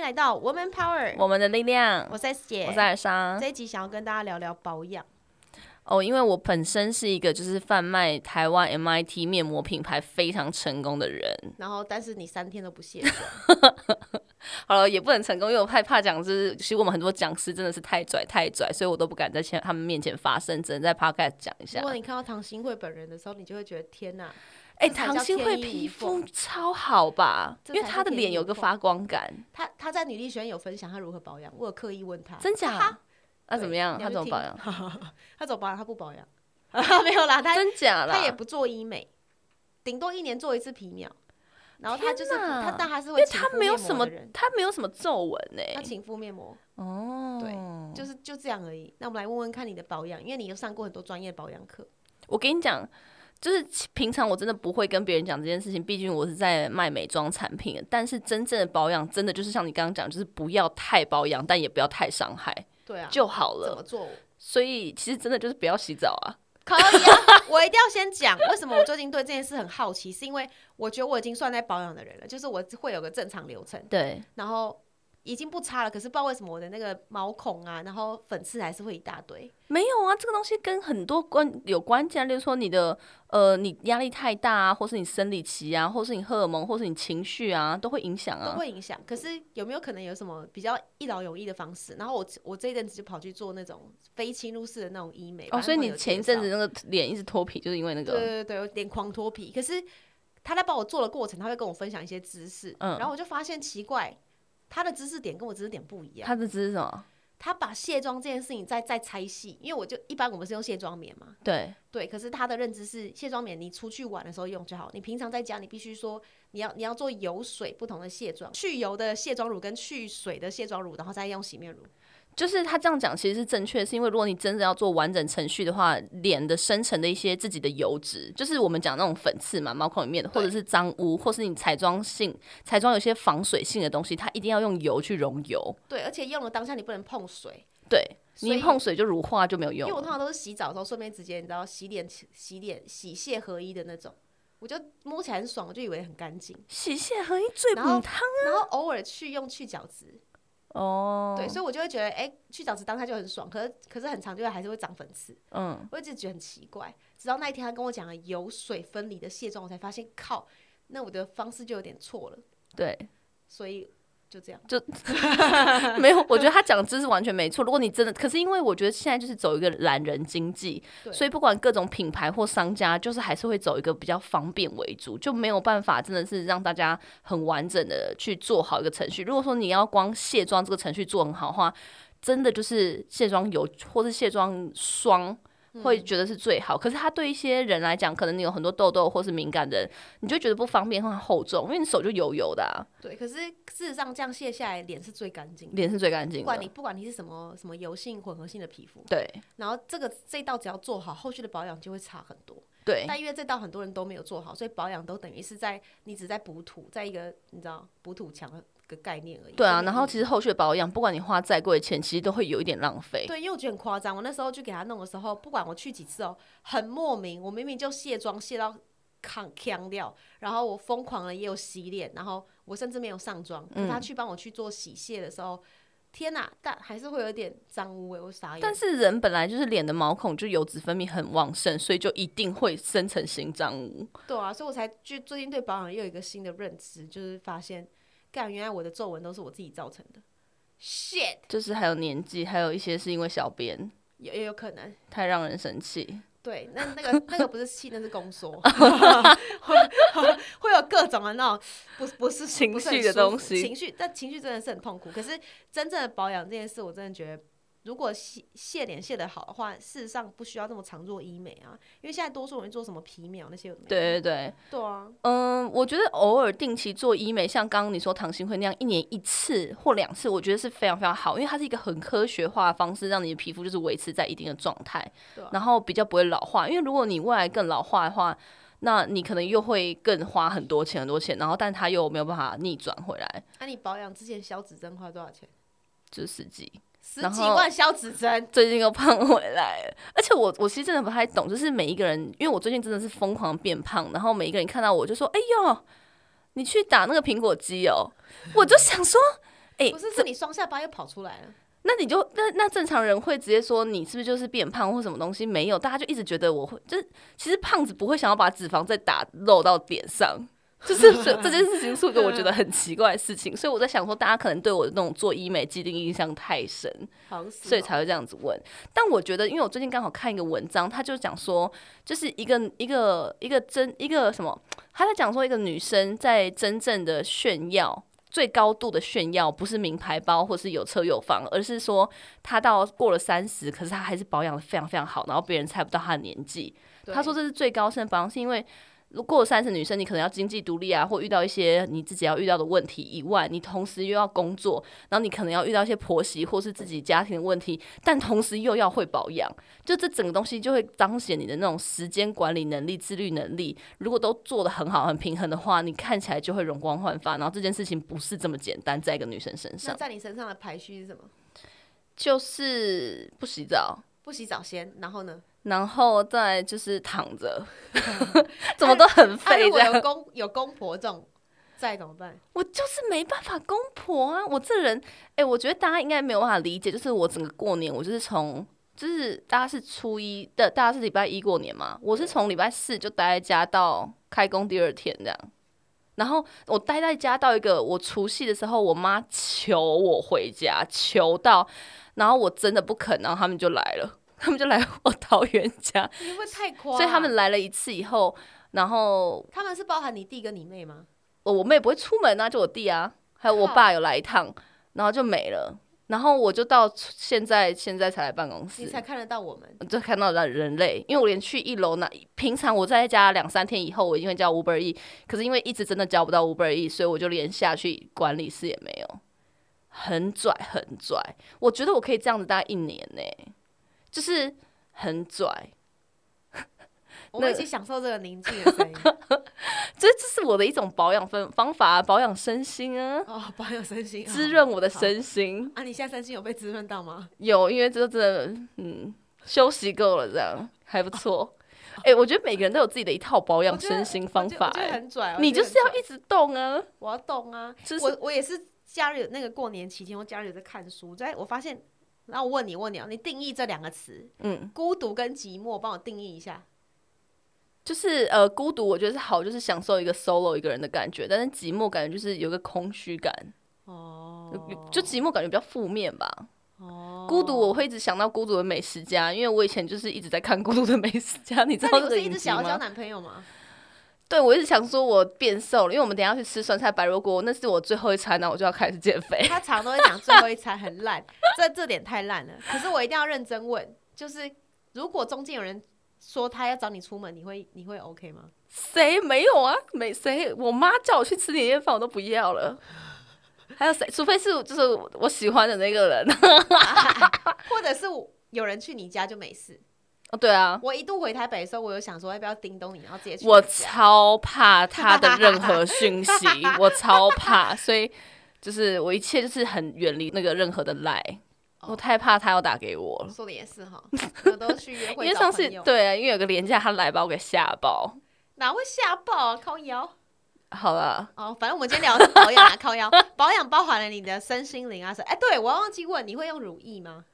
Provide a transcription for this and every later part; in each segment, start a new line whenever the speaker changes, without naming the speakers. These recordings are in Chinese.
来到 Woman Power，
我们的力量，
我是 S 姐，
我是艾莎。
这一集想要跟大家聊聊保养。
哦，因为我本身是一个就是贩卖台湾 MIT 面膜品牌非常成功的人。
然后，但是你三天都不 卸妆，
好了，也不能成功，因为我害怕讲师，其实我们很多讲师真的是太拽太拽，所以我都不敢在前他们面前发声，只能在 podcast 讲一
如
下。
果你看到唐新慧本人的时候，你就会觉得天哪，
哎、
这才叫
唐心慧
天衣
皮
无
肤
缝
超好吧？
这
因
才
为她
叫
的
天
脸
衣
有
无
个
缝
发光感，
他他在女力学院有分享他如何保养，我有刻意问他，
真假？那、怎么
对
样？
你
她
要去
怎么保
听
养？
他走保养，他不保养， 没有啦，他
真假啦？
他也不做医美，顶多一年做一次皮秒。然后他就是
天哪
他，但他是
因
会
为
勤
她
敷
没有
面
什
膜
么
的人，
她没有什么皱纹欸呢。
他勤敷面膜，
哦，
对就是就这样而已。那我们来问问看你的保养，因为你有上过很多专业保养课，
我跟你讲，就是其平常我真的不会跟别人讲这件事情，毕竟我是在卖美妆产品的。但是真正的保养，真的就是像你刚刚讲，就是不要太保养，但也不要太伤害
对啊，
就好
怎么
了。
做？
所以其实真的就是不要洗澡啊。
可以 啊，我一定要先讲为什么我最近对这件事很好奇，是因为我觉得我已经算在保养的人了，就是我会有个正常流程，
对，
然后已经不差了。可是不知道为什么我的那个毛孔啊，然后粉刺还是会一大堆。
没有啊，这个东西跟很多关有关系啊，例如说你的呃，你压力太大啊，或是你生理期啊，或是你荷尔蒙，或是你情绪啊，都会影响
都
啊。
会影响。可是有没有可能有什么比较一劳永逸的方式？然后我我这一阵子就跑去做那种非侵入式的那种医美。反
哦，
正
所以
朋
你
友
前
介
一阵
绍
子那个脸一直脱皮，就是因为那
对
个
对对，有点狂脱皮。可是他在帮我做的过程，他会跟我分享一些知识，
嗯
然后我就发现奇怪，他的知识点跟我知识点不一样。
它的这是什么？
他把卸妆这件事情再再拆细，因为我就一般我们是用卸妆棉嘛，
对，
对。可是他的认知是卸妆棉你出去玩的时候用就好，你平常在家你必须说你要你要做油水不同的卸妆，去油的卸妆乳跟去水的卸妆乳，然后再用洗面乳。
就是他这样讲其实是正确，是因为如果你真的要做完整程序的话，脸的深层的一些自己的油脂，就是我们讲那种粉刺嘛、毛孔里面的，或者是脏污，或是你彩妆性、彩妆有些防水性的东西，它一定要用油去溶油。
对，而且用了当下你不能碰水，
对，你
所
一
以
碰水就乳化就没有啊
因
用
为我
了。
通常都是洗澡的时候顺便直接你知道洗脸、洗脸、洗卸合一的那种，我就摸起来很爽，我就以为很干净。
洗卸合一最
然后
补汤
然后偶尔去用去角质，
哦。
对，所以我就会觉得哎、去角质当下就很爽，可是可是很长就会还是会长粉刺，
嗯，
我一直觉得很奇怪。直到那一天他跟我讲了油水分离的卸妆，我才发现靠，那我的方式就有点错了，
对，
所以就这样。
没有，我觉得他讲的知识完全没错。如果你真的，可是因为我觉得现在就是走一个懒人经济，
对
所以不管各种品牌或商家，就是还是会走一个比较方便为主，就没有办法真的是让大家很完整的去做好一个程序。如果说你要光卸妆这个程序做很好的话，真的就是卸妆油或是卸妆霜。
嗯
会觉得是最好，可是它对一些人来讲，可能你有很多痘痘或是敏感的人，你就觉得不方便或很厚重，因为你手就油油的、啊，
对，可是事实上这样卸下来脸是最干净的，
脸是最干净
不
的。
管你不管你是什么什么油性混合性的皮肤，
对
然后这个这道只要做好，后续的保养就会差很多。
对，
但因为这道很多人都没有做好，所以保养都等于是在你只在补土，在一个你知道补土墙的一个概念而已。
对
就
啊，
没
然
意
后
义
其实后续的保养，不管你花再贵的钱，其实都会有一点浪费。
对，因为我觉得很夸张，我那时候去给他弄的时候，不管我去几次哦，很莫名，我明明就卸妆卸到扛腔掉，然后我疯狂的也有洗脸，然后我甚至没有上妆，可
嗯
是他去帮我去做洗卸的时候。天呐，但还是会有点脏污哎，我傻眼。
但是人本来就是脸的毛孔就油脂分泌很旺盛，所以就一定会生成新脏污。
对啊，所以我才就最近对保养又有一个新的认知，就是发现，干原来我的皱纹都是我自己造成的，shit，
就是还有年纪，还有一些是因为小便
也也有可能。
太让人生气。
对，那那个那个不是气，那是宫 缩，会会有各种的那种不不是
情
不是很
绪的
舒服
东西
情绪，但情绪真的是很痛苦。可是真正的保养这件事，我真的觉得，如果卸卸脸卸的好的话，事实上不需要那么常做医美啊，因为现在多数人做什么皮秒那些有的没的
对对对，
对啊，
嗯，我觉得偶尔定期做医美，像刚刚你说唐新慧那样，一年一次或两次，我觉得是非常非常好，因为它是一个很科学化的方式，让你的皮肤就是维持在一定的状态，
对啊
然后比较不会老化。因为如果你未来更老化的话，那你可能又会更花很多钱很多钱，然后但它又没有办法逆转回来，
那、你保养之前消脂针花多少钱？
就是实际。
十
然
几
后
万消脂针，
最近又胖回来了，而且我我其实真的不太懂，就是每一个人，因为我最近真的是疯狂变胖，然后每一 个人看到我就说：“哎呦，你去打那个苹果肌哦。”我就想说：“哎、
不是，是你双下巴又跑出来了。
那你就那那正常人会直接说你是不是就是变胖或什么东西？没有，大家就一直觉得我会就是，其实胖子不会想要把脂肪再打漏到脸上， 就是这这件事情是一个我觉得很奇怪的事情，所以我在想说，大家可能对我的那种做医美既定印象太深，
好像是
所以
哦
才会这样子问。但我觉得，因为我最近刚好看一个文章，他就讲说，就是一个一个一个真一个什么，他在讲说一个女生在真正的炫耀。最高度的炫耀不是名牌包或是有车有房，而是说她到过了三十，可是她还是保养的非常非常好，然后别人猜不到她的年纪。
对
他说这是最高胜保养，是因为如果三十女生，你可能要经济独立啊，或遇到一些你自己要遇到的问题以外，你同时又要工作，然后你可能要遇到一些婆媳或是自己家庭的问题，但同时又要会保养，就这整个东西就会彰显你的那种时间管理能力、自律能力。如果都做得很好、很平衡的话，你看起来就会容光焕发。然后这件事情不是这么简单，在一个女生身
那
上，
在你身上的排序是什么？
就是不洗澡。
不洗澡先，然后呢？
然后再就是躺着， 哎怎么都很
他啊如
废这
果
样。
有公 有公婆这种，再怎么办？
我就是没办法公婆啊！我这人，哎、我觉得大家应该没有办法理解，就是我整个过年，我就是从，就是大家是初一的，大家是礼拜一过年嘛，我是从礼拜四就待在家到开工第二天这样。然后我待在家到一个我除夕的时候，我妈求我回家，求到，然后我真的不肯，然后他们就来了，他们就来 我桃园家，
你会不会太夸？
所以他们来了一次以后，然后
他们是包含你弟跟你妹吗？
我我妹不会出门啊，就我弟啊，还有我
靠
爸有来一趟，然后就没了。然后我就到现在现在才来办公
你
室，
才看得到我们。
就看到人人类，因为我连去一楼拿，平常我在家两三天以后，我一定会叫 Uber E，可是因为一直真的叫不到 Uber E，所以我就连下去管理室也没有，很拽很拽。我觉得我可以这样子大概一年呢、就是很拽。
我们一起享受这个宁静的 声音。
这这是我的一种保养方方法啊、保养身心啊，
哦，保有身心，
滋
好
润我的
好
身心。
啊！你现在身心有被滋润到吗？
有，因为这真的，嗯，休息够了，这样还不 错。哎、我觉得每个人都有自己的一套保
我
养
觉得
身心方法、
我觉得我觉得
哎，
很拽。哦我
你
觉
就
得
是
很拽
要一直动啊，
我要动啊！
就是
我我也是假日那个过年期间，我假日有在看书，在我发现，然后我问你问你啊，你定义这两个词“
嗯，
孤独”跟“寂寞”，帮我定义一下。
就是呃，孤独我觉得是好，就是享受一个 solo 一个人的感觉，但是寂寞感觉就是有一个空虚感，
哦
呃就寂寞感觉比较负面吧。
哦
孤独我会一直想到孤独的美食家，因为我以前就是一直在看孤独的美食家， 你知
那
道
你不
这个
是一
影
直
集
想要交
吗？
男朋友吗？
对，我一直想说我变瘦了，因为我们等一下去吃酸菜白肉锅，那是我最后一餐啊然后我就要开始减肥。
他常都会讲最后一餐很烂，这这点太烂了。可是我一定要认真问，就是如果中间有人说他要找你出门，你会你会 OK 吗？
谁没有啊？没谁，我妈叫我去吃年夜饭，我都不要了。还有谁？除非是就是我喜欢的那个人。
或者是我有人去你家就没事？
哦，对啊，
我一度回台北的时候，我有想说要不要叮咚你，然后直接去
我
你家
超怕他的任何讯息，我超怕，所以就是我一切就是很远离那个任何的赖。
哦
我太怕他要打给我了，
说的也是 哈，我都去约
因
会
为
找
上次
朋友，
对啊，因为有个廉价他来把我给吓爆。
哪会吓爆啊？靠腰
好了，
哦，反正我们今天聊的是保养啊，靠腰保养包含了你的身心灵啊什么。哎、对我忘记问，你会用乳液吗？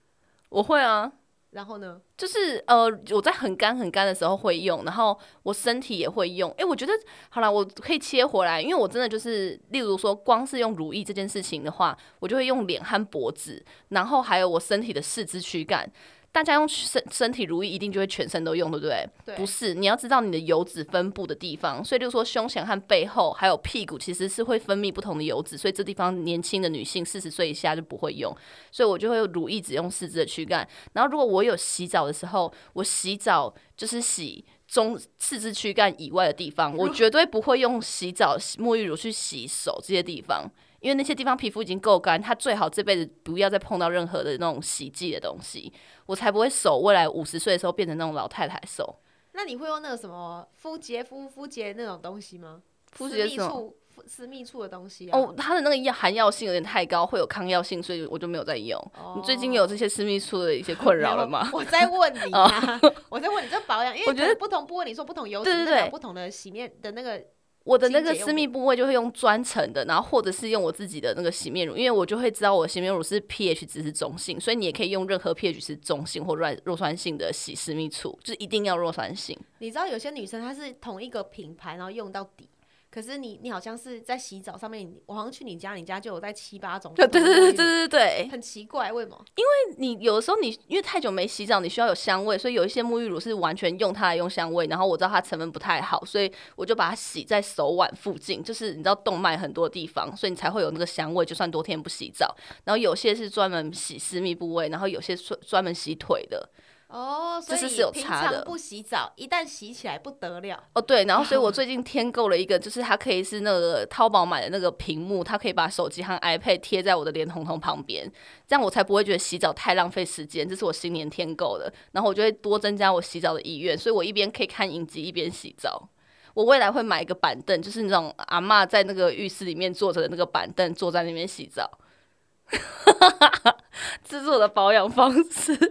我会啊，
然后呢？
就是呃，我在很干很干的时候会用，然后我身体也会用。诶，我觉得好了，我可以切回来，因为我真的就是，例如说，光是用乳液这件事情的话，我就会用脸和脖子，然后还有我身体的四肢躯干。大家用身身体乳液一定就会全身都用，对不对？
对
不是，你要知道你的油脂分布的地方，所以就是说胸前和背后还有屁股其实是会分泌不同的油脂，所以这地方年轻的女性四十岁以下就不会用，所以我就会乳液只用四肢的躯干。然后如果我有洗澡的时候，我洗澡就是洗。中四肢躯干以外的地方，我绝对不会用洗澡、洗沐浴乳去洗手这些地方，因为那些地方皮肤已经够干，它最好这辈子不要再碰到任何的那种洗剂的东西，我才不会手未来五十岁的时候变成那种老太太手。
那你会用那个什么肤洁、肤肤洁那种东西吗？
肤
私
洁
密
是什么
处、肤私密处的东西啊。
哦，它的那个药含药性有点太高，会有抗药性，所以我就没有再用。你最近有这些私密处的一些困扰了吗？
哦没
哦
有？我在问你 啊，我在问你这保养，因为
我觉得
可能不同部位，你说不同油脂，
对对
代表
对
不同的洗面的那个
我的那
清
个
洁用
私密部位就会用专程的，然后或者是用我自己的那个洗面乳，因为我就会知道我的洗面乳是 pH 值是中性，所以你也可以用任何 pH 值中性或弱弱酸性的洗私密处，就是一定要弱酸性。
你知道有些女生她是同一个品牌，然后用到底。可是你，你好像是在洗澡上面，我好像去你家，你家就有在七八种。
哦对对对对，对对对，
很奇怪，为什么？
你有的时候你因为太久没洗澡，你需要有香味，所以有一些沐浴乳是完全用它来用香味。然后我知道它成分不太好，所以我就把它洗在手腕附近，就是你知道动脉很多地方，所以你才会有那个香味。就算多天不洗澡，然后有些是专门洗私密部位，然后有些专专门洗腿的。
哦，所
这是
以
是有
平
差的
常不洗澡，一旦洗起来不得了。
哦，对，然后所以我最近添购了一个，就是它可以是那个淘宝买的那个屏幕，它可以把手机和 iPad 贴在我的脸红彤旁边，这样我才不会觉得洗澡太浪费时间。这是我新年添购的，然后我就会多增加我洗澡的意愿，所以我一边可以看影集一边洗澡。我未来会买一个板凳，就是那种阿嬷在那个浴室里面坐着的那个板凳，坐在那边洗澡。 这是我的保养方式。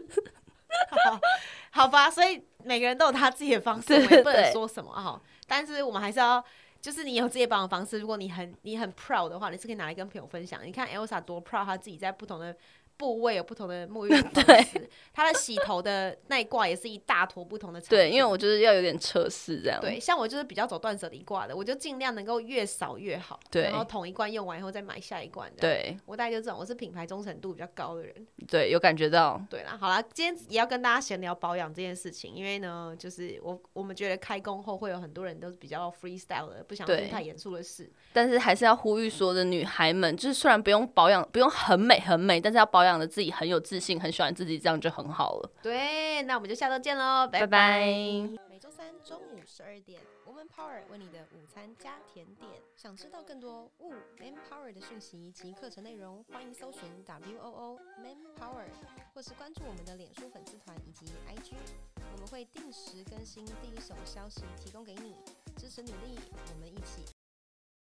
好吧，所以每个人都有他自己的方式，我
对
们也不能
对
说什么哈。但是我们还是要，就是你有自己的保养方式，如果你很你很 proud 的话，你是可以拿来跟朋友分享。你看 Elsa 多 proud，她自己在不同的部位有不同的沐浴乳方式，她的洗头的那一挂也是一大坨不同的产品。
对，因为我就是要有点测试这样。
对，像我就是比较走断舍离挂的，我就尽量能够越少越好。
对
然后同一罐用完以后再买下一罐。，
对
我大概就这种，我是品牌忠诚度比较高的人。
对，有感觉到。
对啦，好啦，今天也要跟大家闲聊保养这件事情，因为呢，就是我我们觉得开工后会有很多人都是比较 freestyle 的，不想
对
听太严肃的事。
但是还是要呼吁所有的女孩们，就是虽然不用保养，不用很美很美，但是要保养的自己很有自信，很喜欢自己，这样就很好了。
对，那我们就下周见喽，拜
拜拜
每周三中午十二点，Woman Power 为你的午餐加甜点。想知道更多 Wo Man Power 的讯息及课程内容，欢迎搜寻 W O O Man Power，或是关注我们的脸书粉丝团以及 IG，我们会定时更新第一手消息，提供给你支持努力，我们一起